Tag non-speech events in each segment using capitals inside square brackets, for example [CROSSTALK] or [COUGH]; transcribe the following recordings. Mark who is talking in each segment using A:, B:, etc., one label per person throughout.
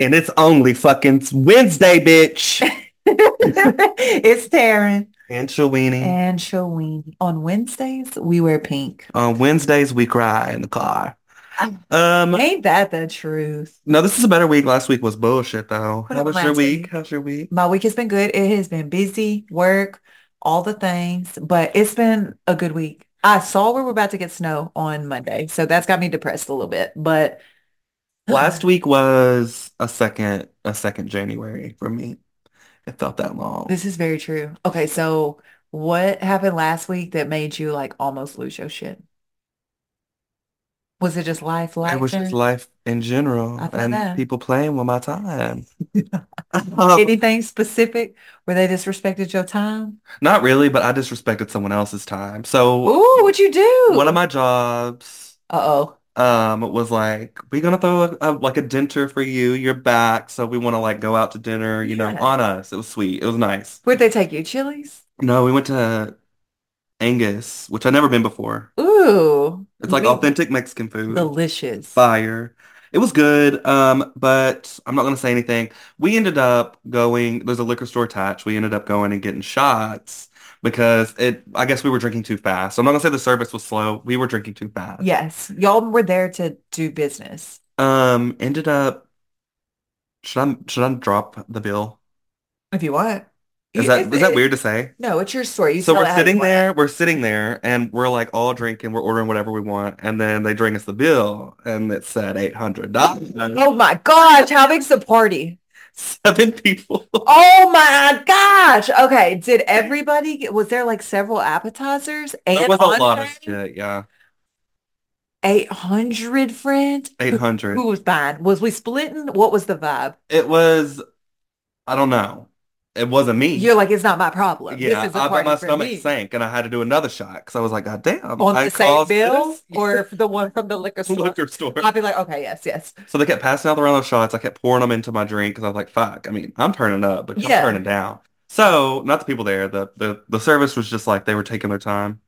A: and it's only fucking Wednesday,
B: [LAUGHS]
A: bitch.
B: it's Taryn
A: and Shawini.
B: and Shawini. On Wednesdays, we wear pink.
A: On Wednesdays, we cry in the car. Um,
B: Ain't that the truth?
A: no, this is a better week. Last week was bullshit, though.
B: What
A: How
B: up,
A: was your
B: Lance?
A: week? How's your
B: [LAUGHS]
A: week?
B: My week has been good. It has been busy, work, all the things, but it's been a good week. I saw where we're about to get snow on Monday, so that's got me depressed a little bit, but
A: Last week was a second, a second January for me. It felt that long.
B: This is very true. Okay, so what happened last week that made you like almost lose your shit? Was it just life,
A: It
B: life?
A: was just life in general
B: I feel
A: and
B: that.
A: people playing with my
B: [LAUGHS]
A: time. [LAUGHS]
B: Anything specific where they disrespected your time?
A: Not really, but I disrespected someone else's time. So
B: Ooh, what'd you do?
A: one of my jobs
B: Uh-oh.
A: um was like, we're gonna throw a, a, like a dinner for you. You're back, so we want to like go out to dinner, you know,
B: Yeah.
A: on us. It was sweet. It was nice.
B: Where'd they take you? Chili's?
A: No, we went to Angus, which I've never been before.
B: Ooh.
A: It's like
B: we-
A: authentic Mexican food.
B: Delicious.
A: fire. It was good, um, but I'm not gonna say anything. We ended up going. There's a liquor store attached. We ended up going and getting shots because it. I guess we were drinking too fast. So I'm not gonna say the service was slow. We were drinking too fast.
B: Yes. Y'all were there to do business.
A: Um. Ended up. Should I should I drop the bill?
B: If you want.
A: Is
B: You-
A: that
B: if-
A: is that
B: if-
A: weird to say?
B: No, it's your story. You
A: So
B: tell
A: we're
B: it how you
A: sitting
B: want it.
A: there, we're sitting there, and we're like all drinking, we're ordering whatever we want, and then they bring us the bill, and it said eight hundred dollars, [LAUGHS]
B: Oh my gosh, how big's the party?
A: seven people. [LAUGHS]
B: Oh my gosh. Okay. Did everybody get, was there like several appetizers?
A: That
B: And
A: was a lot of
B: entrees?
A: shit, yeah.
B: 800 friend? [LAUGHS] Who-
A: 800.
B: Who was buying? Was we splitting? What was the vibe?
A: It was, I don't know. It wasn't me.
B: You're like, it's not my problem.
A: yeah,
B: this is a
A: I,
B: party
A: my
B: for
A: stomach
B: me.
A: sank and I had to do another shot because I was like, God damn.
B: On
A: I
B: the same
A: caused
B: bill
A: [LAUGHS] this
B: or the one from the liquor
A: [LAUGHS]
B: store?
A: liquor store.
B: I'd be like, okay, yes, yes.
A: So they kept passing out the round of shots. I kept pouring them into my drink because I was like, fuck. I mean, I'm turning up, but I'm
B: Yeah.
A: turning down. So not the people there. The, the, the service was just like they were taking their time.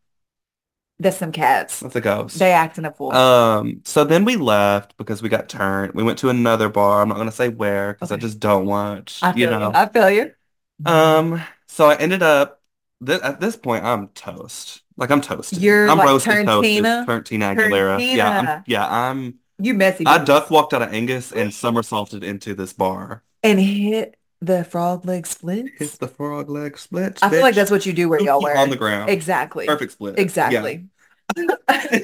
B: There's some cats.
A: That's a ghost.
B: They acting a fool.
A: Um, so then we left because we got turned. We went to another bar. I'm not gonna say where because I
B: Okay.
A: just don't want,
B: I feel
A: you
B: you.
A: know.
B: I feel you.
A: Um, so I ended up th at this point I'm toast. Like I'm toasted.
B: You're
A: I'm
B: like
A: roasted toasted.
B: Tarantino?
A: Tarantino Aguilera. Yeah, I'm,
B: Tarantino.
A: yeah, I'm
B: You messy.
A: I
B: bitch.
A: duck walked out of Angus and somersaulted into this bar.
B: And hit the frog leg splits.
A: Hits the frog leg split.
B: I feel like
A: bitch.
B: that's what you do where y'all wear
A: on the ground.
B: exactly,
A: Perfect split. Yeah.
B: exactly, [LAUGHS]
A: [LAUGHS]
B: exactly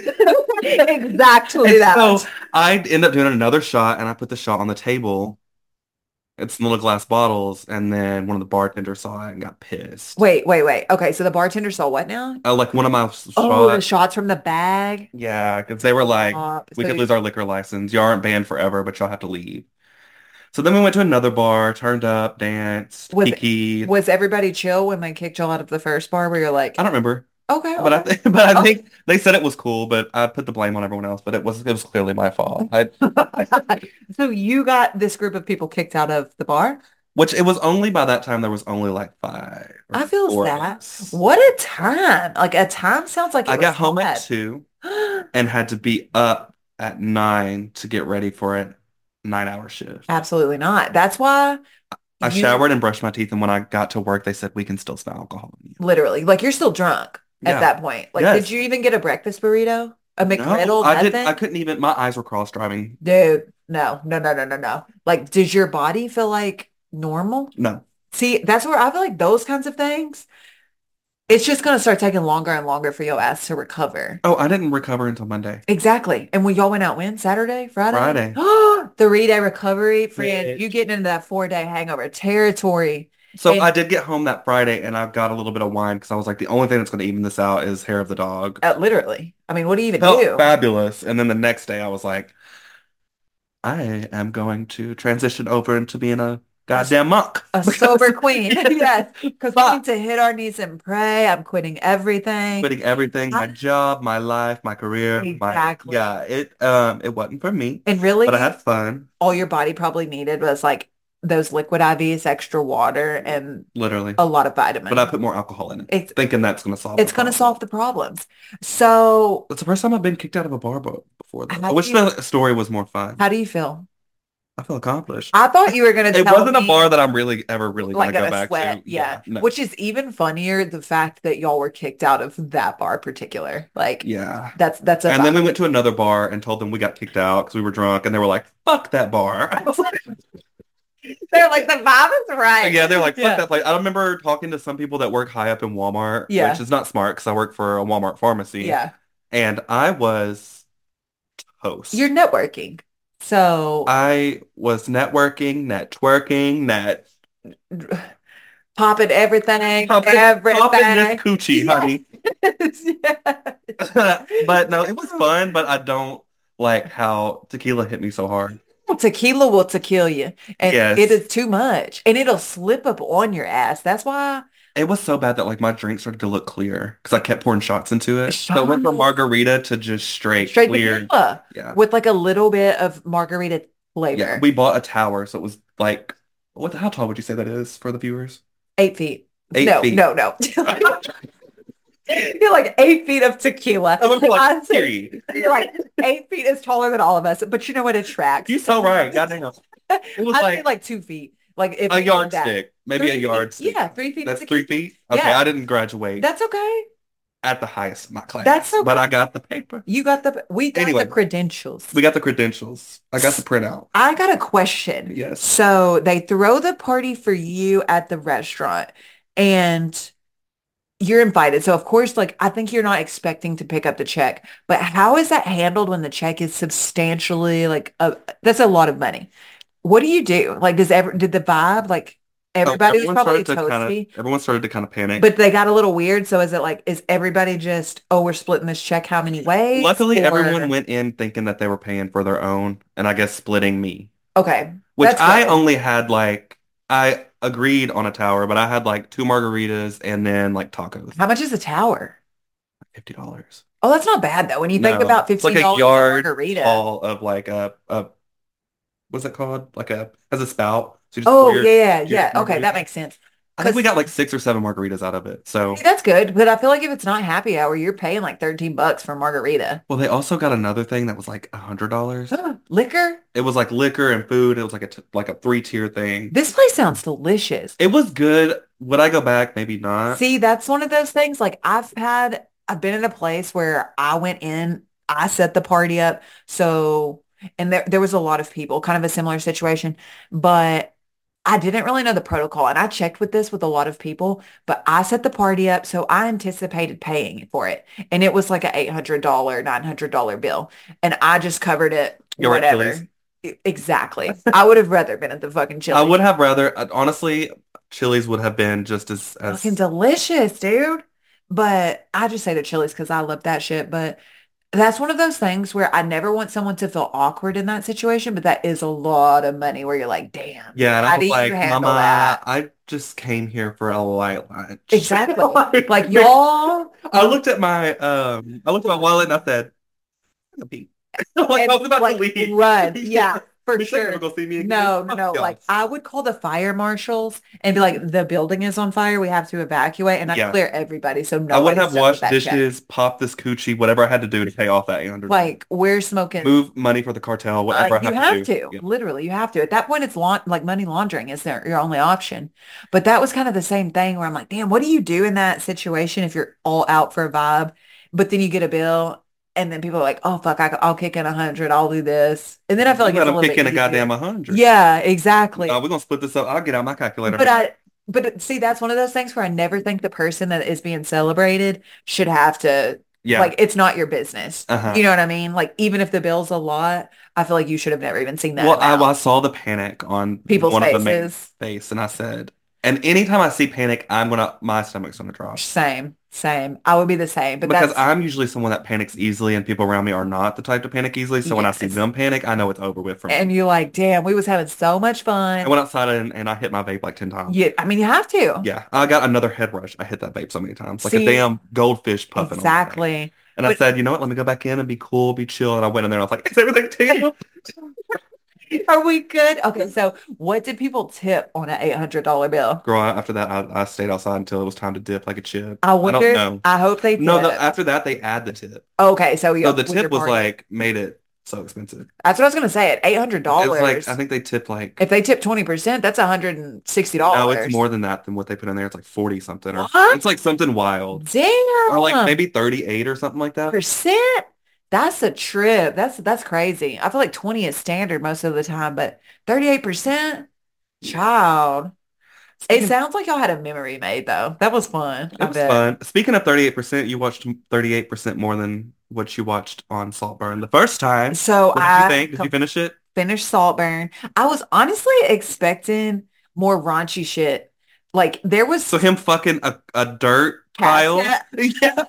A: And
B: that.
A: so I end up doing another shot and I put the shot on the table. It's in little glass bottles, and then one of the bartenders saw it and got pissed.
B: wait, wait, wait. Okay, so the bartender saw what now?
A: Uh, like one of my s-
B: Oh, the
A: shots.
B: shots from the bag.
A: Yeah, because they were like,
B: Uh,
A: we
B: so
A: could lose our liquor license. Y'all aren't banned forever, but y'all have to leave. So then we went to another bar, turned up, danced,
B: Was-
A: kiki.
B: Was everybody chill when they kicked y'all out of the first bar? Where you're like,
A: I don't remember,
B: okay,
A: but I
B: okay.
A: th- but I
B: Oh.
A: think [LAUGHS] they said it was cool, but I put the blame on everyone else. But it was it was clearly my fault. I,
B: [LAUGHS] so you got this group of people kicked out of the bar.
A: which it was only by that time there was only like five. or
B: I feel
A: four of
B: sad.
A: us.
B: What a time! Like a time sounds like it
A: I got
B: was
A: home at
B: had.
A: two and had to be up at nine to get ready for a nine-hour shift.
B: [GASPS] Absolutely not. That's why
A: I
B: Uh, you-
A: showered and brushed my teeth, and when I got to work, they said we can still smell alcohol in you.
B: Literally, like you're still drunk
A: Yeah.
B: at that point. Like,
A: Yes.
B: did you even get a breakfast burrito? A
A: No,
B: McGriddle?
A: I
B: nothing?
A: didn't. I couldn't even. My eyes were cross driving.
B: Dude, no, no, no, no, no, no. Like, does your body feel like normal?
A: No,
B: See, that's where I feel like those kinds of things, it's just gonna start taking longer and longer for your ass to recover.
A: oh, I didn't recover until Monday.
B: Exactly. And when y'all went out when? Saturday? Friday? [GASPS]
A: Friday.
B: Three day recovery, friend.
A: Bitch.
B: You getting into that four day hangover territory.
A: So
B: And-
A: I did get home that Friday, and I got a little bit of wine because I was like, the only thing that's going to even this out is hair of the dog.
B: Uh, literally. I mean, what do you even
A: Felt
B: do?
A: fabulous, and then the next day I was like, I am going to transition over into being a goddamn monk. [LAUGHS]
B: A sober queen. [LAUGHS] yes. Because we
A: Fuck.
B: need to hit our knees and pray. I'm quitting everything.
A: quitting everything, my job, my life, my career.
B: Exactly.
A: My, yeah, it um it wasn't for me,
B: and really,
A: but I had fun,
B: all your body probably needed was like those liquid IVs, extra water, and
A: literally.
B: a lot of vitamins.
A: But I put more alcohol in it,
B: it's
A: thinking that's gonna solve.
B: Oh, it's
A: the
B: going to
A: problem.
B: solve the problems. So
A: That's the first time I've been kicked out of a bar bo- before. Though.
B: How
A: I
B: do
A: wish
B: you-
A: the story was more fun.
B: how do you feel?
A: I feel accomplished.
B: I thought you were gonna
A: It
B: tell
A: wasn't a
B: me-
A: bar that I'm really ever really
B: like
A: gonna go
B: gonna
A: back
B: sweat.
A: to.
B: Yeah.
A: no.
B: Which is even funnier, the fact that y'all were kicked out of that bar particular. Like
A: yeah.
B: that's that's a
A: And then we went to another bar and told them we got kicked out because we were drunk, and they were like, "Fuck that bar." I was [LAUGHS] like,
B: they're like the vibe is right.
A: yeah, they're like, "Fuck
B: Yeah.
A: that place." I remember talking to some people that work high up in Walmart,
B: Yeah.
A: which is not smart because I work for a Walmart pharmacy,
B: Yeah.
A: and I was toast.
B: You're networking. So
A: I was networking, networking, net
B: popping everything,
A: Popping- popping
B: everything.
A: this coochie, honey. [LAUGHS]
B: [LAUGHS] Yeah.
A: but no,
B: [LAUGHS]
A: it was fun. But I don't like how tequila hit me so hard.
B: Tequila will tequila you. And
A: Yes.
B: it is too much. And it'll slip up on your ass. That's why
A: It was so bad that like my drink started to look clear because I kept pouring shots into it. So it went from
B: Shots.
A: margarita to just straight,
B: straight
A: clear.
B: tequila
A: Yeah.
B: with like a little bit of margarita flavor.
A: Yeah. We bought a tower, so it was like what? How tall would you say that is for the
B: [LAUGHS]
A: viewers? [LAUGHS]
B: Eight feet.
A: Eight
B: no,
A: feet.
B: no, no,
A: [LAUGHS]
B: [LAUGHS] You're like eight feet of tequila.
A: I would be like,
B: I said,
A: Period.
B: [LAUGHS] you're like eight feet is taller than all of us, but you know what? It tracks.
A: You so right.
B: [LAUGHS]
A: Goddamn. It was
B: I'd say
A: like,
B: like two feet. Like if
A: a
B: we did that.
A: yardstick, maybe a
B: Three feet.
A: yardstick.
B: Yeah, three feet. of
A: That's three
B: tequila.
A: feet. Okay,
B: Yeah.
A: I didn't graduate
B: That's okay.
A: at the highest of my class,
B: That's okay.
A: but I got the paper.
B: You got the we got
A: Anyway.
B: the credentials.
A: We got the credentials. I got the printout.
B: I got a question.
A: Yes.
B: So they throw the party for you at the restaurant and you're invited. So of course, like I think you're not expecting to pick up the check, but how is that handled when the check is substantially like a, that's a lot of money. What do you do? Like does ever did the vibe like
A: So
B: everybody was probably
A: Oh, started to
B: toasty,
A: kind of, everyone started to kind of panic.
B: but they got a little weird. So is it like is everybody just oh we're splitting this check how many ways?
A: Luckily, everyone
B: Or-
A: went in thinking that they were paying for their own, and I guess splitting me,
B: Okay.
A: which
B: That's
A: I
B: good.
A: only had like I agreed on a tower, but I had like two margaritas and then like tacos,
B: How much is a tower?
A: fifty dollars,
B: Oh, that's not bad though. When you think
A: No,
B: about
A: it's
B: fifteen
A: like a
B: dollars
A: yard
B: margarita.
A: all of like a a what's it called? Like a has a spout. So you just
B: oh
A: pour your-
B: yeah,
A: your
B: yeah. Okay,
A: margarita.
B: that makes sense.
A: I think we got like six or seven margaritas out of it. So
B: See, that's good, but I feel like if it's not happy hour, you're paying like thirteen bucks for
A: [GASPS]
B: a margarita.
A: well, they also got another thing that was like a hundred dollars.
B: Liquor.
A: It was like liquor and food. It was like a t- like a three tier thing.
B: This place sounds delicious.
A: It was good. Would I go back? Maybe not.
B: See, that's one of those things. Like I've had, I've been in a place where I went in, I set the party up. So, and there, there was a lot of people, kind of a similar situation, but I didn't really know the protocol. And I checked with this with a lot of people, but I set the party up. So I anticipated paying for it. And it was like a $800, $900 bill. And I just covered it,
A: You're at Chili's.
B: whatever. E- Exactly. I would have rather been at the fucking Chili's.
A: I would have rather, uh, honestly, Chili's would have been just as, as
B: Fucking delicious, dude. But I just say the chilies because I love that shit. But that's one of those things where I never want someone to feel awkward in that situation. But that is a lot of money where you're like, damn.
A: yeah. And
B: How
A: I was
B: do you
A: like,
B: handle
A: Mama,
B: that?
A: I just came here for a light lunch. [LAUGHS]
B: Exactly. Like y'all.
A: I looked at my um, I looked at my wallet and I said, I'm gonna pee. [LAUGHS] like I was
B: and,
A: about
B: like,
A: to leave. [LAUGHS]
B: Run. Yeah, for
A: Bitch, they never
B: sure.
A: gonna see me again. [LAUGHS]
B: No,
A: Fuck
B: no,
A: y'all.
B: like I would call the fire marshals and be like, the building is on fire. We have to evacuate. And I
A: Yeah.
B: clear everybody. So no,
A: I would have washed dishes, popped this coochie, whatever I had to do to pay off that eight hundred.
B: Like we're smoking.
A: move money for the cartel, whatever
B: Like,
A: I
B: you
A: have,
B: have
A: to.
B: to,
A: do. Yeah.
B: literally, you have to. At that point, it's laun like money laundering is their your only option. But that was kind of the same thing where I'm like, damn, what do you do in that situation if you're all out for a vibe, but then you get a bill and then people are like, oh fuck, I, will kick in a hundred, I'll do this, and then I feel like
A: You
B: it's
A: let
B: a
A: them
B: little
A: kick
B: bit
A: in a
B: easier.
A: goddamn hundred.
B: Yeah, exactly.
A: we're gonna split this up. I'll get out my calculator.
B: But I, but see, that's one of those things where I never think the person that is being celebrated should have to
A: yeah,
B: like it's not your business.
A: uh-huh.
B: You know what I mean? Like even if the bill's a lot, I feel like you should have never even seen that.
A: well, I,
B: amount.
A: well, I saw the panic on
B: people's
A: one of the main
B: faces.
A: face, and I said, and anytime I see panic, I'm gonna my stomach's gonna drop
B: Same, same. I would be the same, but
A: because
B: that's
A: I'm usually someone that panics easily, and people around me are not the type to panic easily. So when I see
B: Yes.
A: them panic, I know it's over with for me.
B: and you're like, damn, we was having so much
A: I
B: fun.
A: went outside and, and I hit my vape like ten times.
B: Yeah, I mean, you have to.
A: Yeah, I got another head rush. I hit that vape so many times, like
B: See?
A: a damn goldfish puffing. on my face.
B: exactly.
A: And I
B: But-
A: said, you know what? Let me go back in and be cool, be chill. And I went in there and I was like, is
B: [LAUGHS]
A: everything tangled?
B: Are we good? Okay, so what did people tip on an eight hundred dollar bill?
A: Girl, after that, I, I stayed outside until it was time to dip like a chip.
B: I
A: I
B: wonder.
A: don't
B: I,
A: know.
B: hope they
A: No, the,
B: tip.
A: after that, they add the tip.
B: okay, so
A: So
B: you
A: the tip was like, made it So expensive.
B: That's what I was gonna say. At eight hundred
A: It's like
B: dollars,
A: I think they tip like
B: if they tip twenty percent, that's hundred and sixty
A: no, it's
B: dollars.
A: more than that than what they put in there. It's like forty something or
B: What?
A: it's like something wild. Or like
B: Damn.
A: maybe 38 or something like that.
B: percent. That's a trip. That's that's crazy. I feel like 20 is standard most of the time, but 38%? Child. It
A: Speaking
B: sounds like y'all had a memory made though. That was fun. I
A: It was
B: bet.
A: fun. Speaking of 38%, you watched 38% more than what you watched on Saltburn the first time.
B: So
A: What did you
B: I
A: think? Did you finish it?
B: finished Saltburn. I was honestly expecting more raunchy shit. Like there was
A: So him fucking a, a dirt pile?
B: Casket.
A: [LAUGHS] Yeah.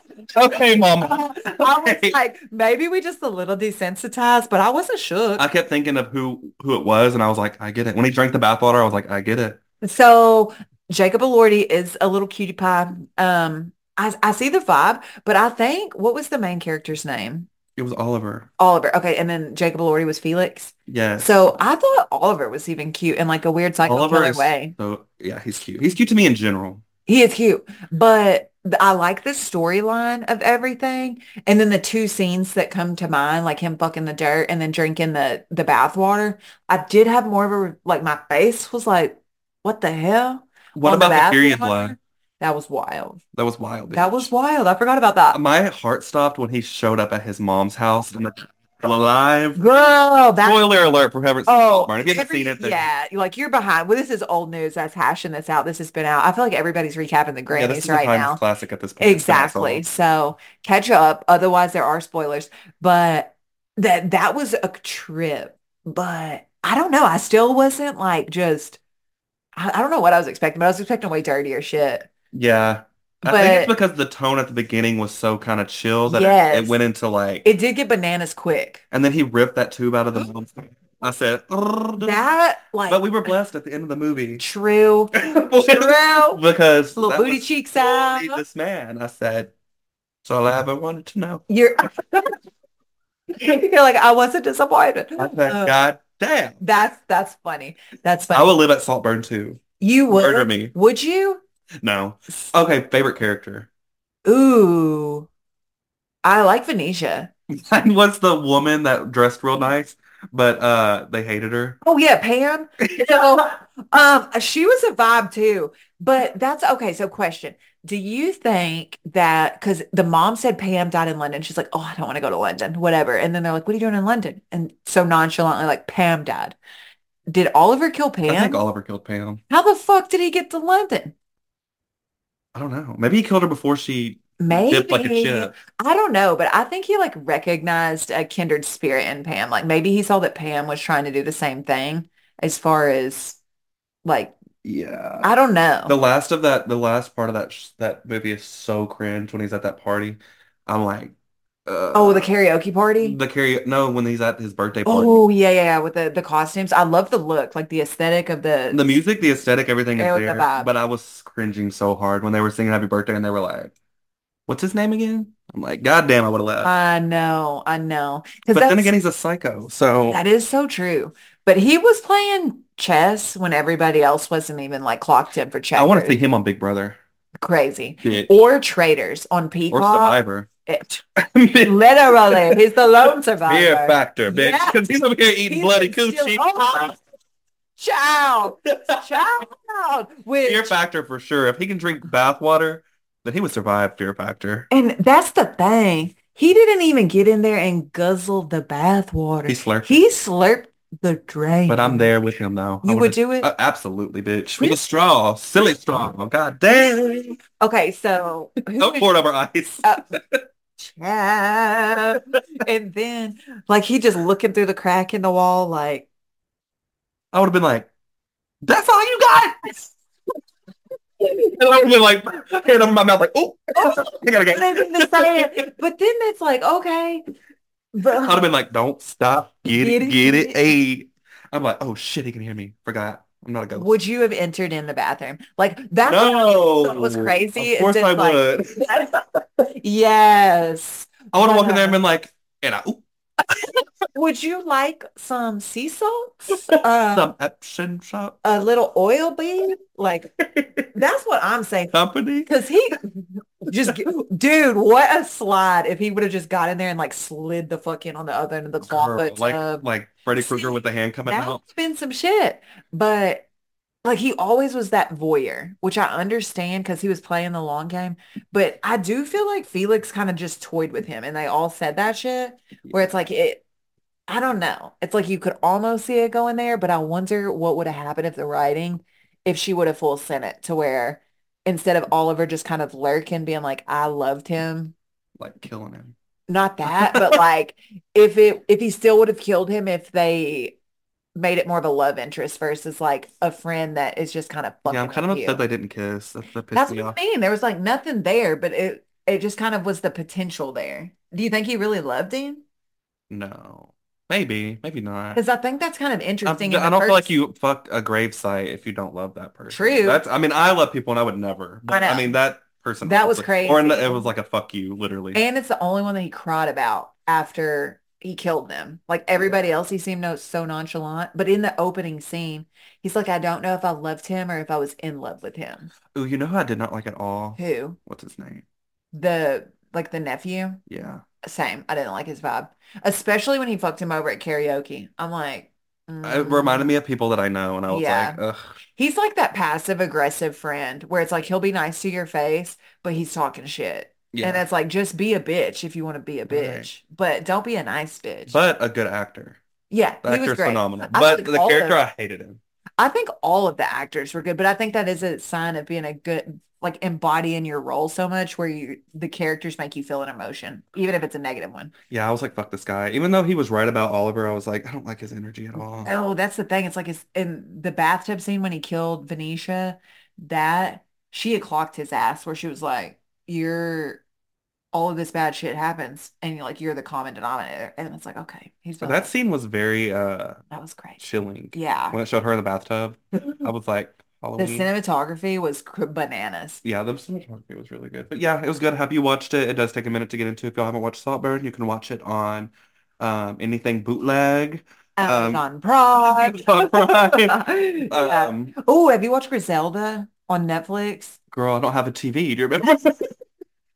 A: Okay, mama.
B: [LAUGHS] I
A: [LAUGHS]
B: was
A: Okay.
B: like, maybe we just a little desensitized, but I wasn't
A: I
B: shook.
A: kept thinking of who who it was, and I was like, I get it. When he drank the bathwater, I was like, I get it.
B: So Jacob Elordi is a little cutie pie. Um, I, I see the vibe, but I think what was the main character's name?
A: It was Oliver.
B: Oliver. Okay, and then Jacob Elordi was Felix.
A: Yes.
B: So I thought Oliver was even cute in like a weird psycho
A: Oliver
B: killer
A: is
B: way.
A: so yeah, he's cute. He's cute to me in general.
B: He is cute, but th- I like the storyline of everything. And then the two scenes that come to mind, like him fucking the dirt and then drinking the the bath water. I did have more of a re- like my face was like, what the hell?
A: What
B: On the
A: about the
B: bath
A: period blood?
B: water? That was wild.
A: That was wild.
B: That was wild. I forgot about that.
A: My heart stopped when he showed up at his mom's house and the alive.
B: Girl, that
A: Spoiler alert for whoever
B: oh
A: Martin, if you haven't
B: every-
A: seen it, then
B: yeah, you're like you're behind. Well, this is old news. That's hashing this out. This has been out. I feel like everybody's recapping the
A: yeah, this
B: Grammys
A: is a
B: right
A: timeless
B: now.
A: classic at this point. It's been out so
B: Exactly.
A: long.
B: So catch up. Otherwise, there are spoilers. But that that was a trip. But I don't know. I still wasn't like just. I, I don't know what I was expecting, but I was expecting way dirtier shit.
A: Yeah. I think it's
B: But
A: because the tone at the beginning was so kind of chill that it, it
B: yes,
A: went into like,
B: it did get bananas quick.
A: and then he ripped that tube out of the mom's. I said, but
B: That like
A: we were blessed at the end of the movie [LAUGHS]
B: true, true.
A: because
B: little
A: that
B: booty
A: was
B: cheeks
A: totally
B: out.
A: this man. I said, that's all I ever wanted to know. [LAUGHS]
B: You're [LAUGHS] you're like I wasn't disappointed.
A: I said,
B: Uh,
A: God damn.
B: that's that's funny. That's
A: I
B: funny.
A: would live at Saltburn too.
B: You
A: Murder
B: would?
A: me.
B: Would you?
A: No. Okay, favorite character. [LAUGHS]
B: Ooh, I like Venetia.
A: Mine was the woman that dressed real nice, but uh they hated her.
B: Oh yeah,
A: [LAUGHS]
B: Pam. So, um, she was a vibe too. But that's okay. So, question: Do you think that because the mom said Pam died in London, she's like, "Oh, I don't want to go to London, whatever," and then they're like, "What are you doing in London?" And so nonchalantly, like, "Pam died." Did Oliver kill
A: I think
B: Pam?
A: Oliver killed Pam.
B: How the fuck did he get to London?
A: I don't know. Maybe he killed her before she dipped like a
B: Maybe.
A: chip.
B: I don't know, but I think he like recognized a kindred spirit in Pam. Like maybe he saw that Pam was trying to do the same thing as far as like,
A: Yeah.
B: I don't
A: The
B: know.
A: last of that, the last part of that sh that movie is so cringe when he's at that party. I'm like,
B: Oh, the
A: uh,
B: karaoke party.
A: the karaoke. No, when he's at his birthday party,
B: Oh yeah, yeah, yeah, with the the costumes. I love the look, like the aesthetic of the
A: the music, the aesthetic, everything is
B: it was the
A: there.
B: vibe.
A: But I was cringing so hard when they were singing "Happy Birthday" and they were like, "What's his name again?" I'm like, "God damn, I would have left."
B: I know, I know. Because
A: But then again,
B: Uh, that's
A: he's a psycho, so.
B: that is so true. But he was playing chess when everybody else wasn't even like clocked in for
A: I want to see
B: checkers.
A: him on Big Brother.
B: Crazy.
A: Bitch.
B: Or Traitors on
A: Or
B: Peacock. [LAUGHS]
A: Survivor. [LAUGHS]
B: It-
A: Fear
B: Literally, he's
A: [LAUGHS]
B: the lone survivor.
A: factor, bitch.
B: Yeah,
A: Because he's over here eating
B: he's
A: bloody
B: been still.
A: coochie.
B: Oh my
A: [LAUGHS]
B: child, child.
A: Fear
B: Which
A: factor for sure. If he can drink bathwater, then he would survive Fear Factor.
B: and that's the thing. He didn't even get in there and guzzle the bath
A: He
B: water.
A: slurped it.
B: He slurped the
A: But I'm
B: drain.
A: there with him though. I
B: You would
A: would
B: do
A: uh,
B: it?
A: absolutely, bitch. With a
B: Really?
A: straw, silly straw. Oh, God damn. [LAUGHS]
B: Okay, so who
A: Don't
B: did
A: pour it over ice.
B: uh, child. And then like he just looking through the crack in the wall like
A: I would have been like, "That's all you got." And I would have been like, hand over my mouth, like, [LAUGHS] "Oh, I gotta
B: I didn't mean to say
A: get."
B: it. But then it's like, okay,
A: I'd have
B: but
A: been like, don't stop. Get
B: get
A: it,
B: it,
A: get
B: get
A: it.
B: it.
A: Hey. I'm like, oh shit, he can hear me. Forgot. I'm not a ghost.
B: Would you have entered in the bathroom? Like that's what I thought was
A: No.
B: crazy.
A: Of
B: Is
A: course
B: just
A: I
B: like
A: would.
B: yes,
A: I would have walked in there and
B: but
A: been like, and I, oop.
B: Would you like some
A: [LAUGHS]
B: sea salts? Uh,
A: Some Epsom shop
B: a little oil bead? Like, that's what I'm saying.
A: company.
B: Because he just, g- dude, what a slide if he would have just got in there and like slid the fuck in on the other end of the
A: Girl,
B: clawfoot
A: like
B: tub.
A: like Freddy
B: See,
A: Krueger with the hand coming
B: That would
A: out.
B: have been some shit. But like he always was that voyeur, which I understand because he was playing the long game. But I do feel like Felix kind of just toyed with him and they all said that shit where it's like it, I don't know. It's like you could almost see it going there, but I wonder what would have happened if the writing, if she would have full sent it to where instead of Oliver just kind of lurking, being like, I loved him,
A: like killing him. [LAUGHS]
B: not that, but like if it if he still would have killed him if they made it more of a love interest versus like a friend that is just kind of fucking
A: Yeah, I'm kind
B: with
A: of upset
B: you.
A: they didn't kiss. That, that pissed
B: That's
A: me
B: what
A: off.
B: I mean. There was like nothing there, but it it just kind of was the potential there. Do you think he really loved him?
A: No, maybe, maybe not.
B: Because I think that's kind of
A: I'm-
B: interesting. in
A: Um, I
B: the
A: don't feel like
B: first-
A: you fuck a gravesite if you don't love that person.
B: True.
A: That's. I mean, I love people, and I would never. But,
B: I
A: I,
B: know.
A: mean, that person.
B: That was
A: obviously- Or in the-
B: crazy.
A: it was like a fuck you, literally.
B: And it's the only one that he cried about after he killed them. Like everybody else, he seemed no, so nonchalant. But in the opening scene, he's like, I don't know if I loved him or if I was in love with him.
A: Ooh, you know who I did not like at all?
B: Who?
A: What's his name?
B: the like the nephew
A: Yeah.
B: same i didn't like his vibe especially when he fucked him over at karaoke i'm like
A: It reminded me of people that I know, and I was
B: Mm. Yeah.
A: like, ugh.
B: he's like that passive aggressive friend where it's like he'll be nice to your face but he's talking shit
A: Yeah.
B: and it's like just be a bitch if you want to be a bitch but don't be a nice bitch
A: but a good actor.
B: yeah
A: The
B: he was
A: actor's
B: great
A: phenomenal.
B: I
A: But
B: think
A: the
B: all of-
A: character, I hated him.
B: i think all of the actors were good but i think that is a sign of being a good like embodying your role so much where you the characters make you feel an emotion even if it's a negative one
A: Yeah, I was like, fuck this guy. Even though he was right about Oliver, I was like, I don't like his energy at all.
B: Oh, that's the thing. It's like it's in the bathtub scene when he killed Venetia, that she had clocked his ass where she was like, You're all of this bad shit happens and you're like you're the common denominator. And it's like, okay, he's
A: But
B: been-
A: that scene was very uh
B: that was great.
A: chilling.
B: Yeah.
A: When it showed her in the bathtub, I was like,
B: The
A: Halloween.
B: cinematography was cr- bananas.
A: Yeah, the cinematography was really good. But yeah, it was good. Have you watched it? It does take a minute to get into. If y'all haven't watched Saltburn, you can watch it on um, anything bootleg. Um,
B: Amazon
A: [LAUGHS]
B: Prime.
A: Amazon Prime.
B: [LAUGHS] Yeah.
A: Um,
B: Oh, have you watched Griselda on Netflix?
A: girl, I don't have a TV. Do you remember? [LAUGHS]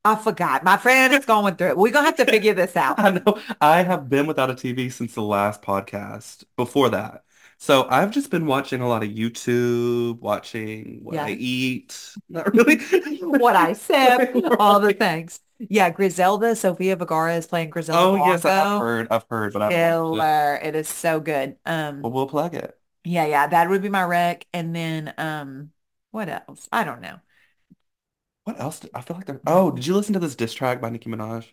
B: I forgot. My friend is going through it. We're gonna have to figure this out.
A: [LAUGHS] I know I have been without a TV since the last podcast before that. So I've just been watching a lot of YouTube, watching what I
B: Yeah.
A: eat. Not really.
B: what I said, all the things. Yeah, Griselda, Sofia Vergara is playing
A: [LAUGHS]
B: Griselda
A: Oh yes, I've
B: Blanco.
A: heard, I've heard, but I haven't watched it.
B: Killer. It is so good.
A: Well,
B: Um,
A: we'll plug it.
B: yeah, yeah, that would be my rec. And then um, what else? I don't know.
A: What else? Did, I feel like there. Oh, did you listen to this diss track by Nicki Minaj?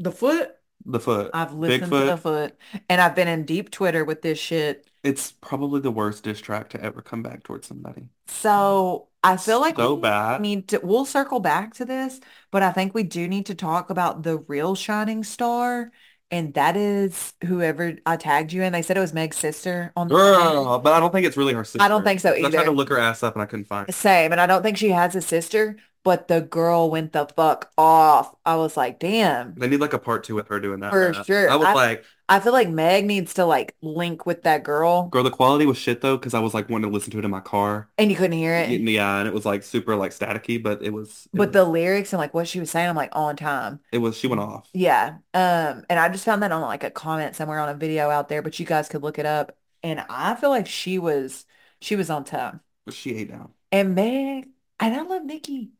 B: The foot.
A: The Foot.
B: I've listened to the
A: Bigfoot.
B: foot, and I've been in deep Twitter with this shit.
A: It's probably the worst diss track to ever come back towards somebody.
B: So I feel like
A: So
B: we
A: bad.
B: need to. We'll circle back to this, but I think we do need to talk about the real shining star, and that is whoever I tagged you in. They said it was Meg's sister on the tag.
A: Girl, but I don't think it's really her sister.
B: I don't think so
A: I tried
B: either.
A: to look her ass up and I couldn't find. it.
B: Same, and I don't think she has a sister, but the girl went the fuck off. I was like, damn,
A: They need like a part two with her doing that.
B: for
A: rap.
B: sure.
A: I was
B: I,
A: like,
B: I feel like Meg needs to like link with that girl,
A: girl, the quality was shit though, because I was like wanting to listen to it in my car.
B: and you couldn't hear it.
A: Yeah, and it was like super like staticky, but it was, it
B: But
A: was,
B: the lyrics and like what she was saying, I'm like on time.
A: it was, she went off.
B: Yeah. Um, and I just found that on like a comment somewhere on a video out there, but you guys could look it up. And I feel like she was she was on time.
A: But she ate down.
B: And Meg, and I love Nikki.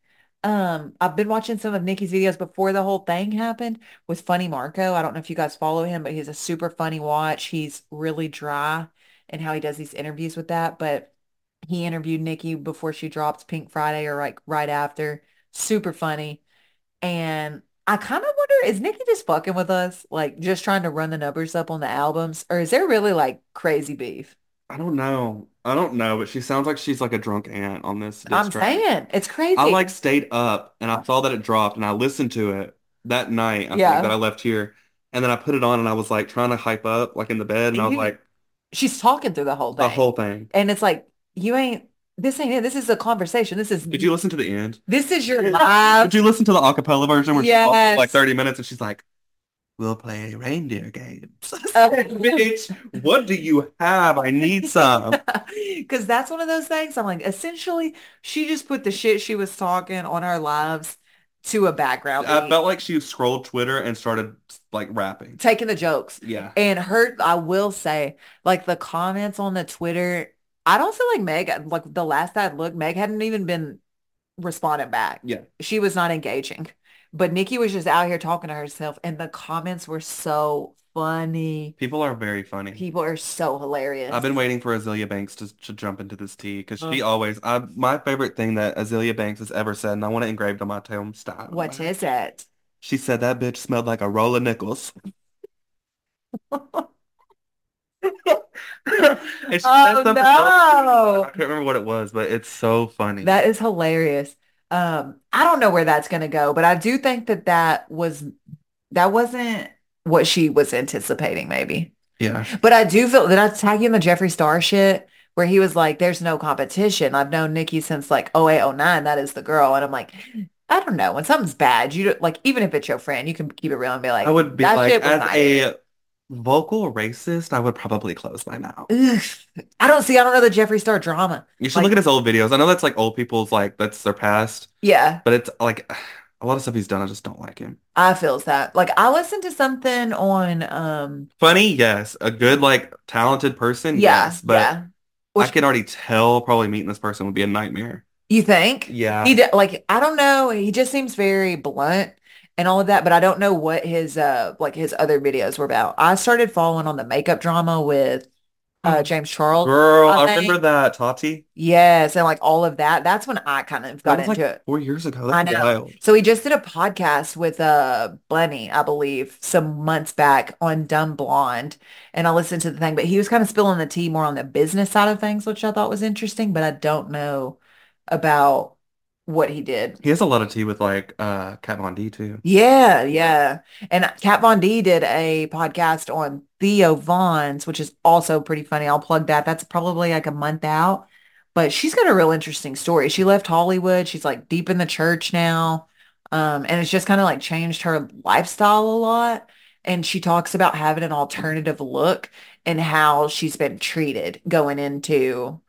B: Um, I've been watching some of Nikki's videos before the whole thing happened with Funny Marco. I don't know if you guys follow him, but he's a super funny watch. He's really dry and how he does these interviews with that. But he interviewed Nikki before she dropped Pink Friday or like right after. Super funny. And I kind of wonder, is Nikki just fucking with us? Like just trying to run the numbers up on the albums? Or is there really like crazy beef?
A: I don't know. I don't know, but she sounds like she's like a drunk aunt on this diss
B: I'm
A: track.
B: saying it's crazy. [LAUGHS]
A: I like stayed up and I saw that it dropped and I listened to it that night. I think
B: Yeah.
A: that I left here and then I put it on and I was like trying to hype up like in the bed and I was
B: You-
A: like
B: She's talking through the whole
A: the
B: thing.
A: whole thing.
B: and it's like you ain't this ain't it this is a conversation this is
A: Did you listen to the end?
B: this is your
A: Did
B: live
A: you listen to the acapella version where she talks for like
B: Yes.
A: 30 minutes and she's like, We'll play reindeer games. [LAUGHS]
B: Uh,
A: Bitch, what do you have? I need
B: [LAUGHS]
A: some.
B: Because that's one of those things. I'm like, essentially, she just put the shit she was talking on our lives to a background
A: I
B: beat,
A: felt like she scrolled Twitter and started like rapping.
B: taking the jokes.
A: Yeah.
B: And her, I will say, like the comments on the Twitter, I don't feel like Meg, like the last I looked, Meg hadn't even been responding back.
A: Yeah.
B: She was not engaging. But Nikki was just out here talking to herself, and the comments were so funny.
A: People are very funny.
B: People are so hilarious.
A: I've been waiting for Azealia Banks to, to jump into this tea because she
B: Ugh.
A: always, I, my favorite thing that Azealia Banks has ever said, and I want it engraved on my tombstone.
B: What is it?
A: She said that bitch smelled like a roll of
B: [LAUGHS]
A: nickels. And she said
B: Oh,
A: something
B: no.
A: else. I can't remember what it was, but it's so funny.
B: That is hilarious. Um, I don't know where that's going to go, but I do think that that was that wasn't what she was anticipating, maybe.
A: yeah.
B: But I do feel that I tagging the Jeffree Star shit where he was like, "There's no competition." I've known Nikki since like 08, 09. That is the girl, and I'm like, I don't know. When something's bad, you don't, like even if it's your friend, you can keep it real and be like,
A: I would be
B: that
A: like,
B: shit was
A: as
B: not
A: a vocal racist, I would probably close my mouth.
B: Ugh. I don't see. I don't know the Jeffree Star drama.
A: You should
B: Like-
A: look at his old videos. I know that's like old people's, like, that's their past,
B: Yeah.
A: but it's like [SIGHS] a lot of stuff he's done. I just don't like him.
B: I feels that. Like I listened to something on um
A: Funny, yes. A good, like, talented person,
B: yeah,
A: yes. But
B: yeah.
A: I can already tell probably meeting this person would be a nightmare.
B: You think?
A: Yeah.
B: He d like I don't know, he just seems very blunt and all of that, but I don't know what his uh like his other videos were about. I started following on the makeup drama with
A: Mm.
B: uh James Charles.
A: Girl,
B: I
A: I
B: think-
A: remember that, Tati.
B: Yes, and like all of that. That's when I kind of got
A: That was
B: into
A: like
B: it.
A: four years ago.
B: I
A: That's
B: know.
A: wild.
B: So he just did a podcast with uh Blenny, I believe, some months back on Dumb Blonde, and I listened to the thing, but he was kind of spilling the tea more on the business side of things, which I thought was interesting, but I don't know about what he did.
A: He has a lot of tea with like uh Kat Von D too.
B: Yeah, yeah. And Kat Von D did a podcast on Theo Vons, which is also pretty funny. I'll plug that. That's probably like a month out, but she's got a real interesting story. She left Hollywood. She's like deep in the church now. Um, and it's just kind of like changed her lifestyle a lot. And she talks about having an alternative look and how she's been treated going into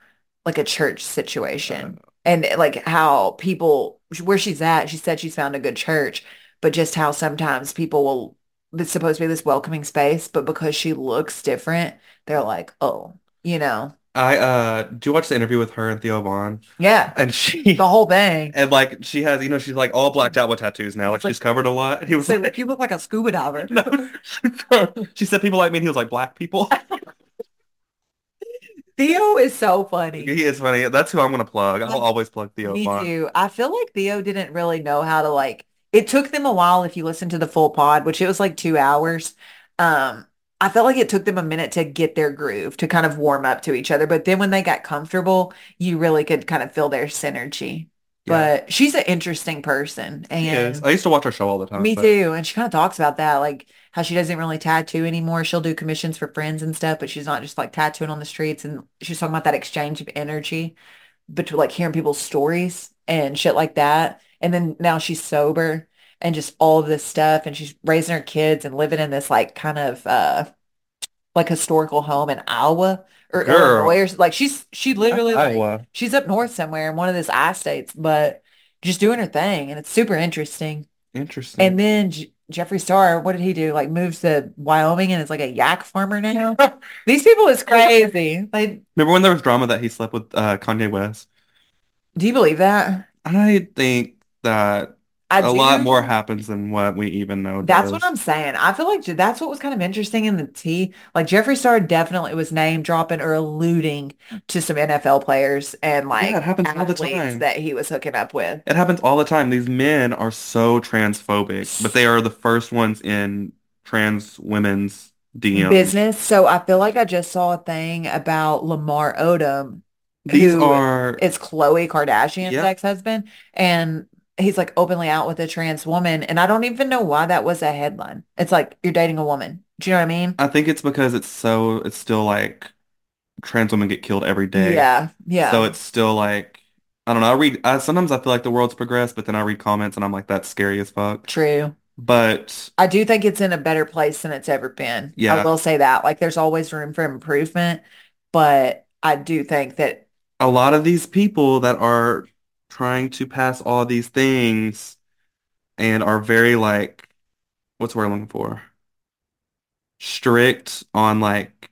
B: like a church situation. And eh, like how people, where she's at, she said she's found a good church but just how sometimes people will it's supposed to be this welcoming space but because she looks different they're like oh you know
A: I uh do you watch the interview with her and Theo Vaughn? [LAUGHS]
B: yeah
A: And
B: [LAUGHS]
A: she
B: the whole thing
A: and like she has you know she's like all blacked out with tattoos now like
B: Like-
A: she's covered a lot. And he was
B: so
A: like
B: like, you look like a scuba diver
A: [LAUGHS] no. She said people like me and he was like black people.
B: Theo is so funny
A: [LAUGHS] He is funny. That's who I'm gonna plug. I'll
B: Like,
A: always plug Theo
B: me
A: Vaughn.
B: too I feel like Theo didn't really know how to like it took them a while if you listen to the full pod which it was like two hours um I felt like it took them a minute to get their groove to kind of warm up to each other but then when they got comfortable you really could kind of feel their synergy
A: Yeah.
B: but she's an interesting person
A: He
B: and
A: is. I used to watch her show all the time.
B: me
A: but-
B: too and she kind of talks about that like how she doesn't really tattoo anymore she'll do commissions for friends and stuff but she's not just like tattooing on the streets and she's talking about that exchange of energy between like hearing people's stories and shit like that and then now she's sober and just all of this stuff and she's raising her kids and living in this like kind of uh like historical home in Iowa or
A: Girl.
B: Illinois or, like she's she literally like,
A: Iowa.
B: she's up north somewhere in one of those I states but just doing her thing and it's super interesting
A: Interesting.
B: and then J Jeffree Star, what did he do? Like moves to Wyoming and is like a yak farmer now. [LAUGHS] These people is crazy. Like,
A: Remember when there was drama that he slept with uh Kanye West?
B: do you believe that?
A: I think that
B: I
A: a lot
B: do.
A: more happens than what we even know.
B: That's what
A: does.
B: I'm saying. I feel like that's what was kind of interesting in the tea. Like Jeffree Star definitely was name dropping or alluding to some NFL players and like
A: Yeah, it happens all the
B: athletes
A: time.
B: that he was hooking up with.
A: It happens all the time. These men are so transphobic, but they are the first ones in trans women's DMs.
B: Business. So I feel like I just saw a thing about Lamar Odom
A: These
B: who
A: are
B: it's Khloe Kardashian's
A: Yep.
B: ex-husband, and he's like openly out with a trans woman, and I don't even know why that was a headline. It's like you're dating a woman. Do you know what I mean?
A: I think it's because it's so it's still like trans women get killed every day.
B: Yeah, yeah.
A: So it's still like I don't know. I read I, sometimes I feel like the world's progressed, but then I read comments and I'm like that's scary as fuck.
B: true.
A: But
B: I do think it's in a better place than it's ever been. I
A: yeah,
B: will say that. Like there's always room for improvement, but I do think that
A: a lot of these people that are trying to pass all these things and are very like, what's the word I'm looking for? Strict on like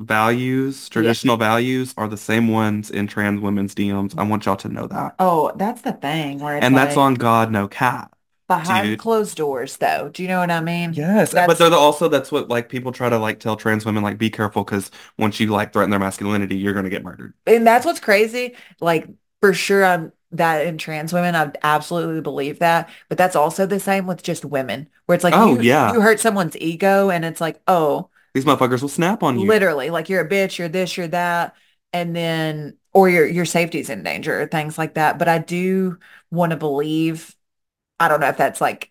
A: values,
B: yeah.
A: traditional values are the same ones in trans women's DMs. I want y'all to know that.
B: Oh, that's the thing where it's
A: And that's
B: like
A: on God No Cap,
B: behind
A: dude.
B: closed doors though. Do you know what I mean?
A: Yes, but
B: That's
A: they're the- also that's what like people try to like tell trans women like be careful because once you like threaten their masculinity, you're gonna get murdered.
B: and that's what's crazy. Like for sure, I'm that in trans women, I absolutely believe that. But that's also the same with just women, where it's like
A: Oh
B: you you
A: yeah,
B: hurt someone's ego, and it's like, oh,
A: these motherfuckers will snap on you.
B: literally, like you're a bitch, you're this, you're that, and then or your your safety's in danger, or things like that. But I do want to believe. I don't know if that's like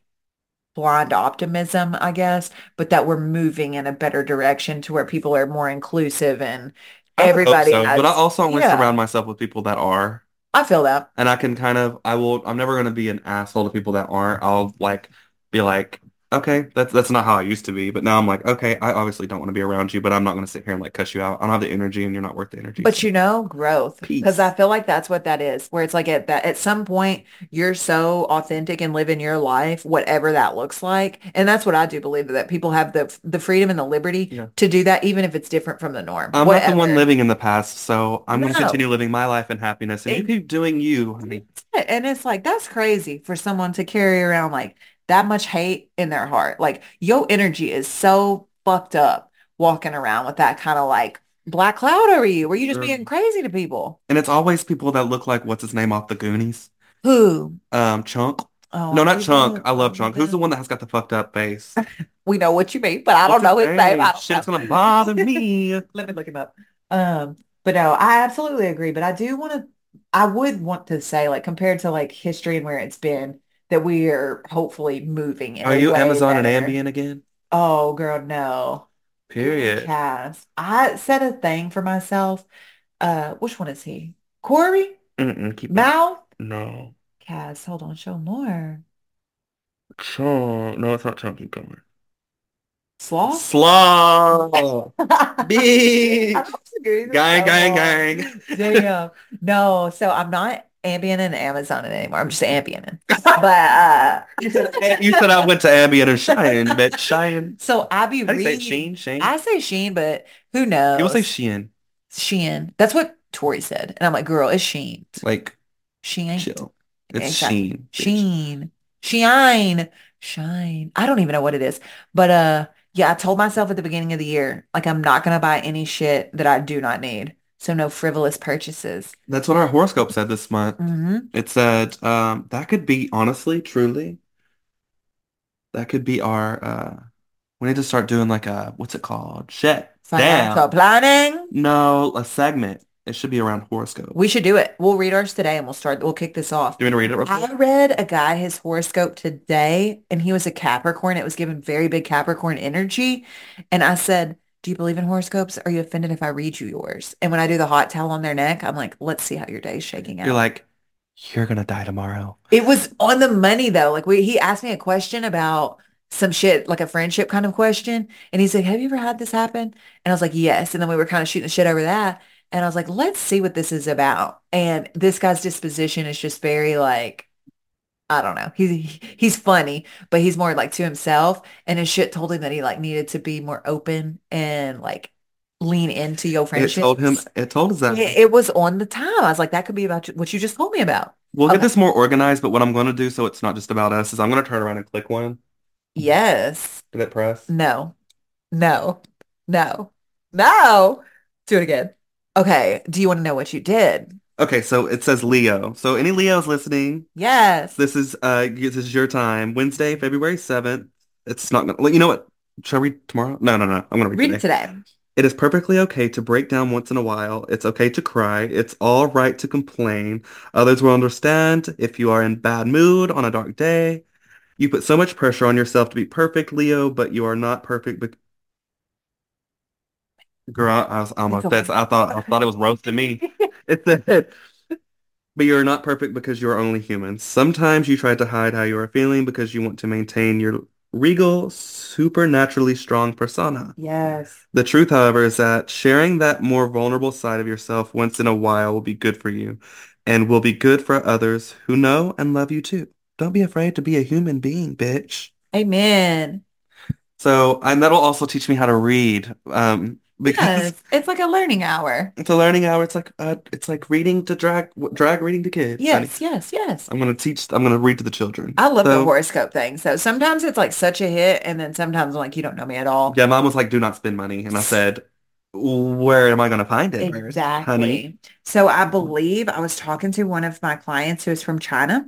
B: blind optimism, I guess, but that we're moving in a better direction to where people are more inclusive and
A: I would hope
B: everybody
A: so, but I
B: has,
A: also always
B: yeah,
A: surround myself with people that are,
B: I feel that.
A: and I can kind of I will I'm never gonna be an asshole to people that aren't. I'll like be like, okay, that's that's not how I used to be, but now I'm like, okay, I obviously don't want to be around you, but I'm not gonna sit here and like cuss you out. I don't have the energy, and you're not worth the energy.
B: But
A: So
B: you know, growth, because I
A: peace.
B: feel like that's what that is, where it's like at that at some point you're so authentic and living your life, whatever that looks like. And that's what I do believe that people have the the freedom and the liberty
A: Yeah.
B: to do that, even if it's different from the norm,
A: I'm not the one
B: whatever.
A: living in the past, so I'm going to
B: No,
A: continue living my life and happiness, and you
B: it,
A: keep doing you, honey.
B: and it's like that's crazy for someone to carry around like that much hate in their heart. Like your energy is so fucked up walking around with that kind of like black cloud over you, where you just
A: Sure.
B: being crazy to people.
A: And it's always people that look like what's his name off the Goonies.
B: Who?
A: Um, Chunk.
B: Oh,
A: No,
B: I
A: not
B: do
A: Chunk.
B: know.
A: I
B: I
A: love
B: love
A: Chunk. Who's the
B: him.
A: one that has got the fucked up face?
B: We know what you mean, but [LAUGHS] I
A: What's
B: don't
A: his
B: know his name.
A: name?
B: I
A: Shit, it's
B: don't
A: gonna bother
B: know. [LAUGHS]
A: me.
B: Let me look him up. Um, but no, I absolutely agree. But I do want to, I would want to say, like, compared to like history and where it's been, that we are hopefully moving in
A: Are
B: a
A: you
B: way
A: Amazon and
B: better.
A: Ambien again?
B: Oh, girl, no.
A: Period.
B: Cass. I said a thing for myself. Uh, which one is he? Corey?
A: Mm-mm, keep it.
B: Mouth?
A: No.
B: Cass, hold on, show more.
A: Chunk. No, it's not Chunk. Keep going.
B: Sloth? [LAUGHS]
A: Slaw.
B: I
A: Bitch.
B: don't agree. That's
A: Gang,
B: so
A: gang,
B: long.
A: gang.
B: [LAUGHS] Damn. No, so I'm not Ambien and Amazon anymore. I'm
A: [LAUGHS]
B: just Ambien. But
A: You said you said I
B: uh
A: went to Ambien and Cheyenne, bitch. Cheyenne.
B: so I be
A: How do you say it?
B: reading.
A: Sheen? Shane?
B: I say Sheen, but who
A: People say
B: knows?
A: Shein.
B: Shein. That's what Tori said. And I'm like, girl, it's Sheen.
A: Like,
B: She ain't.
A: chill. It's
B: Exactly.
A: Sheen, bitch.
B: Sheen. Shine. Shine. I don't even know what it is. But uh yeah, I told myself at the beginning of the year, like I'm not gonna buy any shit that I do not need. So no frivolous purchases.
A: That's what our horoscope said this month.
B: hmm
A: It said, um, that could be honestly, truly, that could be our uh we need to start doing like a what's it called? Shut
B: Financial
A: down.
B: planning.
A: No, a segment. It should be around horoscope.
B: We should do it. We'll read ours today and we'll start we'll kick this off.
A: Do you want to read it real
B: I
A: quick?
B: read a guy his horoscope today and he was a Capricorn. It was given very big Capricorn energy. And I said, Do you believe in horoscopes? Are you offended if I read you yours? And when I do the hot towel on their neck, I'm like, let's see how your day's shaking
A: You're
B: out.
A: like, you're gonna die tomorrow.
B: It was on the money though. Like we, he asked me a question about some shit, like a friendship kind of question. And he said, have you ever had this happen? And I was like, yes. And then we were kind of shooting the shit over that. And I was like, let's see what this is about. And this guy's disposition is just very like, I don't know. He's he's funny, but he's more like to himself. And his shit told him that he like needed to be more open and like lean into your
A: It told him
B: friendships.
A: it told us that.
B: It, it was on the time. I was like, that could be about you- what you just told me about.
A: We'll get
B: Okay.
A: this more organized, but what I'm gonna do so it's not just about us is I'm gonna turn around and click one.
B: Yes.
A: Did it press?
B: No. No. No. No. Do it again. Okay. Do you want to know what you did?
A: Okay, so it says Leo. So any Leos listening,
B: Yes.
A: this is uh this is your time. Wednesday, February 7th. It's not gonna, you know what? Shall I read tomorrow? No, no, no. I'm gonna read
B: Read it
A: today.
B: today.
A: It is perfectly okay to break down once in a while. It's okay to cry. It's all right to complain. Others will understand if you are in bad mood on a dark day. You put so much pressure on yourself to be perfect, Leo, but you are not perfect. But girl, I was
B: It's
A: almost
B: okay.
A: that's I thought I thought it was roasting me. It said. But you're not perfect because you're only human. Sometimes you try to hide how you are feeling because you want to maintain your regal, supernaturally strong persona.
B: Yes.
A: The truth, however, is that sharing that more vulnerable side of yourself once in a while will be good for you and will be good for others who know and love you too. Don't be afraid to be a human being, bitch.
B: Amen.
A: So, and that'll also teach me how to read, um, because
B: Yes. It's like a learning hour.
A: it's a learning hour. It's like uh, it's like reading to drag, drag reading to kids. honey.
B: Yes, yes, yes.
A: I'm gonna teach. I'm gonna read to the children.
B: I love the
A: So,
B: horoscope thing. So sometimes it's like such a hit, and then sometimes I'm like, you don't know me at all.
A: yeah, mom was like, "Do not spend money," and I said, "Where am I gonna find it, Rose? honey?"
B: Exactly. So I believe I was talking to one of my clients who is from China,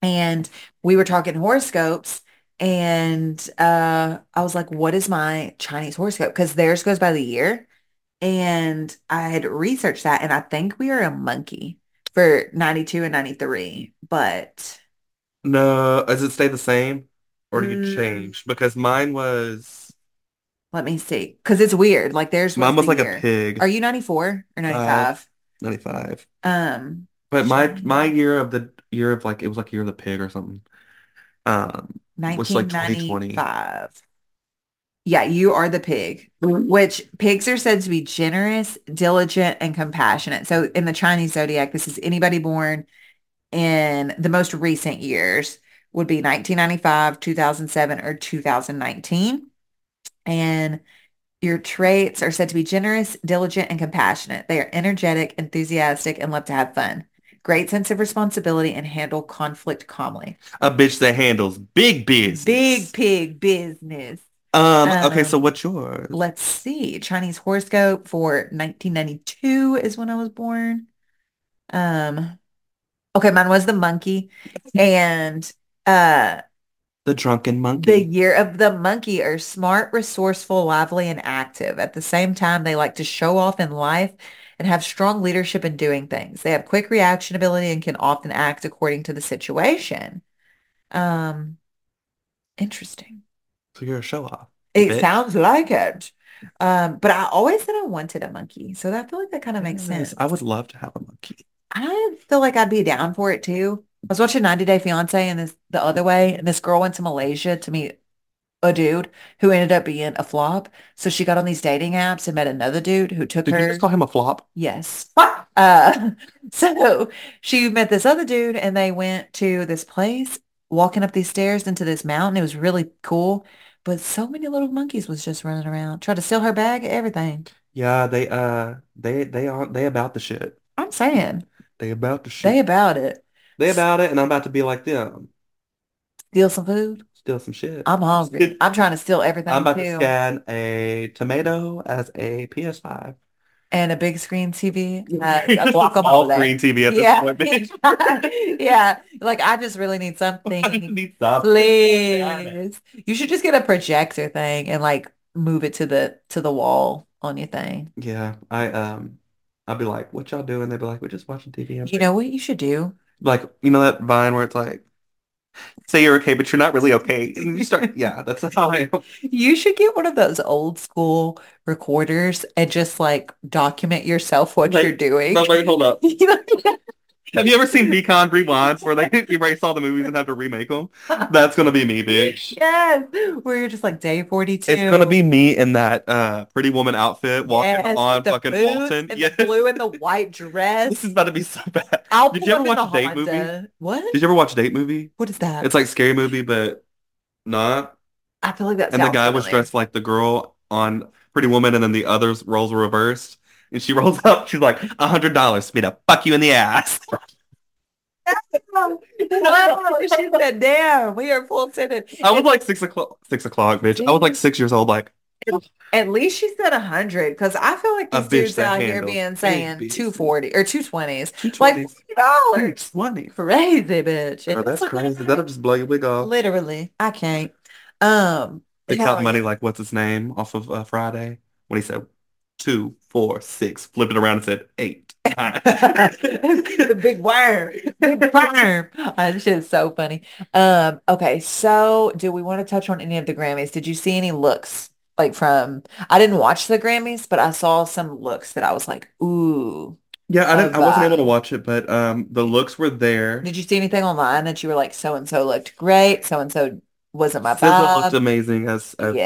B: and we were talking horoscopes. And uh, I was like, what is my Chinese horoscope? Because theirs goes by the year. And I had researched that, and I think we are a monkey for 92 and 93. But
A: No, does it stay the same, or do you
B: mm,
A: change? Because mine was
B: let me see. Because it's weird. Like theirs was
A: mine
B: the
A: was like a
B: year. Are
A: pig,
B: you 94 or
A: five
B: 95?
A: ninety five.
B: Um,
A: But my my
B: China,
A: year of the year of like it was like year of the pig or something. Um, was like 2020.
B: 1995. Yeah, you are the pig, which pigs are said to be generous, diligent, and compassionate. So in the Chinese zodiac, this is anybody born in the most recent years would be 1995, 2007, or 2019. And your traits are said to be generous, diligent, and compassionate. They are energetic, enthusiastic, and love to have fun. Great sense of responsibility and handle conflict calmly.
A: A bitch that handles big
B: Big
A: business.
B: pig business.
A: Um, okay, so
B: Um,
A: what's yours?
B: let's see. Chinese horoscope for 1992 is when I was born. Um, okay, mine was the monkey and uh
A: The drunken
B: the
A: monkey.
B: year of the monkey are smart, resourceful, lively, and active. At the same time, they like to show off in life and have strong leadership in doing things. They have quick reaction ability and can often act according to the situation. Um, interesting.
A: So you're a show off,
B: It
A: bitch.
B: sounds like it. Um, but I always said I wanted a monkey. So I feel like that kind of makes
A: Yes,
B: sense.
A: I would love to have a monkey.
B: I feel like I'd be down for it too. I was watching 90 Day Fiance and this the other way, and this girl went to Malaysia to meet a dude who ended up being a flop. So she got on these dating apps and met another dude who took
A: Did you just
B: her.
A: call him a flop?
B: Yes. [LAUGHS] Uh, so she met this other dude and they went to this place, walking up these stairs into this mountain. It was really cool, but so many little monkeys was just running around, trying to steal her bag, everything.
A: Yeah, they uh they they are they about the shit.
B: I'm saying
A: They about the
B: they
A: shit.
B: about it.
A: They about it, and I'm about to be like them.
B: Steal some food.
A: Steal some shit.
B: I'm hungry. I'm trying to steal
A: I'm
B: everything
A: about to
B: too.
A: scan a tomato as a [LAUGHS] PS5.
B: And a big
A: [LAUGHS]
B: screen TV, uh, a
A: It's all
B: guacamole.
A: screen TV at this
B: Yeah.
A: point, bitch. [LAUGHS]
B: [LAUGHS] Yeah. Like I just really need
A: I just
B: something.
A: need something to have it.
B: Please. You should just get a projector thing and like move it to the to the wall on your thing.
A: Yeah, I um, I'd be like, "What y'all doing?" They'd be like, "We're just watching TV." I'm
B: You
A: like,
B: know what you should do?
A: like you know that Vine where it's like, "Say you're okay, but you're not really okay," and you start, yeah, that's [LAUGHS] how I am.
B: You should get one of those old school recorders and just like document yourself what you're
A: Like,
B: doing.
A: no, wait, hold up.
B: [LAUGHS] You know?
A: Have you ever seen Recon Rewinds where they [LAUGHS] erase all the movies and have to remake [LAUGHS] them? That's gonna be me, bitch.
B: Yes, where you're just like day
A: It's gonna
B: 42.
A: be me in that uh pretty woman outfit walking
B: Yes, with
A: on
B: the
A: fucking
B: boots
A: Fulton.
B: and
A: [LAUGHS]
B: the
A: Yes,
B: blue and the white
A: [LAUGHS] this is
B: dress.
A: about to be so bad.
B: I'll
A: Did
B: pull
A: you ever
B: up in
A: watch
B: a
A: a date movie?
B: Honda. What?
A: Did you ever watch a date movie?
B: What is that?
A: It's like scary movie, but not.
B: I feel like that
A: And the
B: sounds
A: guy was
B: familiar.
A: dressed like the girl on Pretty Woman, and then the others roles were reversed. And she [LAUGHS] rolls up. She's like, "A hundred dollars, for me to fuck you in the ass."
B: Oh, Wow, [LAUGHS] she said, damn, we are full tinted.
A: I was
B: At,
A: like six o'clock, six o'clock, bitch. I was like
B: see,
A: six years old, like
B: at least she said 100 because I feel like
A: a
B: these
A: bitch
B: dudes
A: that
B: out here
A: handles
B: being
A: big
B: saying
A: business.
B: 240 or 220s,
A: Two
B: like
A: twenties, [LAUGHS] two
B: $40.
A: twenties.
B: Crazy bitch.
A: Girl,
B: And that's
A: that's
B: like what
A: crazy.
B: I
A: That'll just blow your wig off.
B: literally, I can't. Um,
A: It count
B: hell
A: money
B: yeah.
A: like what's his name off of uh, Friday when he said two, four, six, flipped it around and said eight. [LAUGHS]
B: The big worm, big worm. Oh, this shit is so funny. Um, okay, so do we want to touch on any of the Grammys? Did you see any looks like from? I didn't watch the Grammys, but I saw some looks that I was like, ooh.
A: Yeah, I
B: of
A: didn't, I wasn't able
B: that.
A: to watch it, but um, the looks were there.
B: Did you see anything online that you were like, so and so looked great, so and so wasn't my
A: SZA looked
B: vibe?
A: amazing as as uh, normal.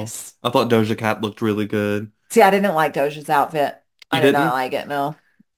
B: Yes.
A: I thought Doja Cat looked really good.
B: See, I didn't like Doja's outfit. I
A: You
B: did not
A: didn't?
B: like it, no.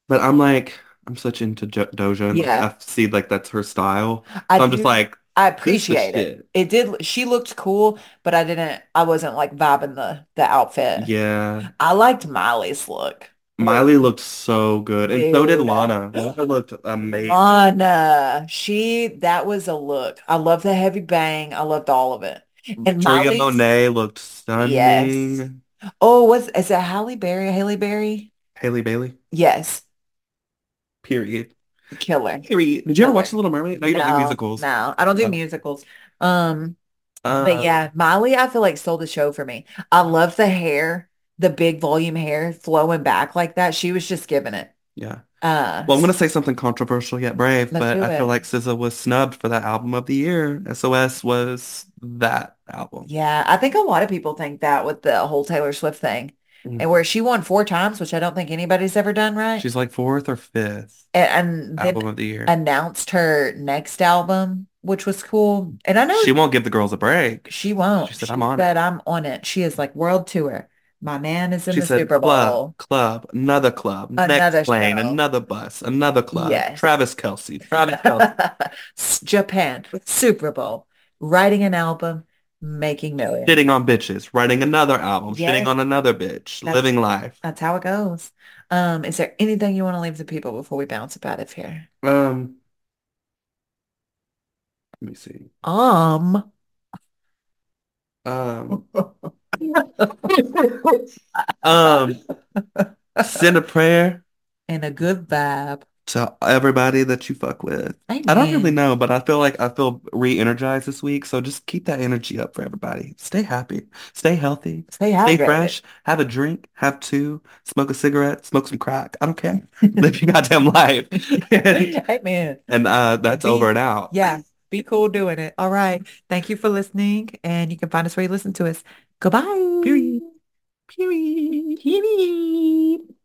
A: But I'm like, I'm such into jo Doja, and like
B: Yeah,
A: I see like that's her style.
B: I
A: So I'm just
B: do.
A: like,
B: I
A: this the
B: appreciate it.
A: shit.
B: It did. She looked cool, but I didn't. I wasn't like vibing the the outfit. [LAUGHS]
A: Yeah,
B: I liked Miley's look, which
A: Miley looked so good, and so did
B: dude,
A: Lana. Lana looked amazing.
B: Lana, she that was a look. I loved the heavy bang. I loved all of it. And
A: Victoria
B: Miley's,
A: Monet looked
B: yes.
A: stunning.
B: Oh, was is it Halle Berry? Haley Berry?
A: Haley Bailey,
B: Yes,
A: period.
B: killer,
A: Period. Did you ever watch The
B: killer.
A: Little Mermaid? No, you don't do
B: No,
A: musicals.
B: no, I don't do
A: Uh,
B: musicals. Um. But
A: uh,
B: yeah, Miley, I feel like sold the show for me. I love the hair, the big volume hair flowing back like that. She was just giving it.
A: yeah.
B: Uh,
A: Well, I'm gonna say something controversial yet brave,
B: let's
A: but
B: do
A: I feel
B: it.
A: like SZA was snubbed for that album of the year. SOS was that album.
B: Yeah, I think a lot of people think that with the whole Taylor Swift thing,
A: Mm.
B: and where she won four times, which I don't think anybody's ever done right,
A: She's like fourth or fifth
B: and, and then
A: album of the year.
B: announced her next album, which was cool. And I know
A: She won't give the girls a break.
B: she
A: She
B: won't.
A: said,
B: She
A: "I'm on it."
B: said, "I'm on it." She is like world tour. My man is in
A: She
B: the
A: said,
B: Super
A: club,
B: Bowl.
A: club, another club, next
B: Another
A: plane,
B: show.
A: another bus, another club.
B: Yes.
A: Travis Kelsey,
B: [LAUGHS]
A: Travis Kelsey.
B: S- Japan, Super Bowl, writing an album, making millions.
A: Shitting on bitches, writing another album, shitting
B: Yes,
A: on another bitch,
B: that's
A: living life.
B: that's how it goes. Um, is there anything you want to leave the people before we bounce up out of here?
A: Um, let me see.
B: Um,
A: Um, um, [LAUGHS] send a prayer
B: and a good vibe.
A: to everybody that you fuck with. I don't really
B: Amen.
A: know, but I feel like I feel re-energized this week. So just keep that energy up for everybody. Stay happy, stay healthy,
B: Stay
A: stay
B: hydrated.
A: fresh, [LAUGHS] have a drink, have two, smoke a cigarette, smoke some crack. I don't [LAUGHS] care. Live your goddamn [LAUGHS] life. And,
B: [LAUGHS] Amen.
A: uh, that's over
B: Be,
A: and out.
B: yeah, be cool doing it. All right. Thank you for listening, and you can find us where you listen to us. Goodbye.
A: Period. Period.
B: Period.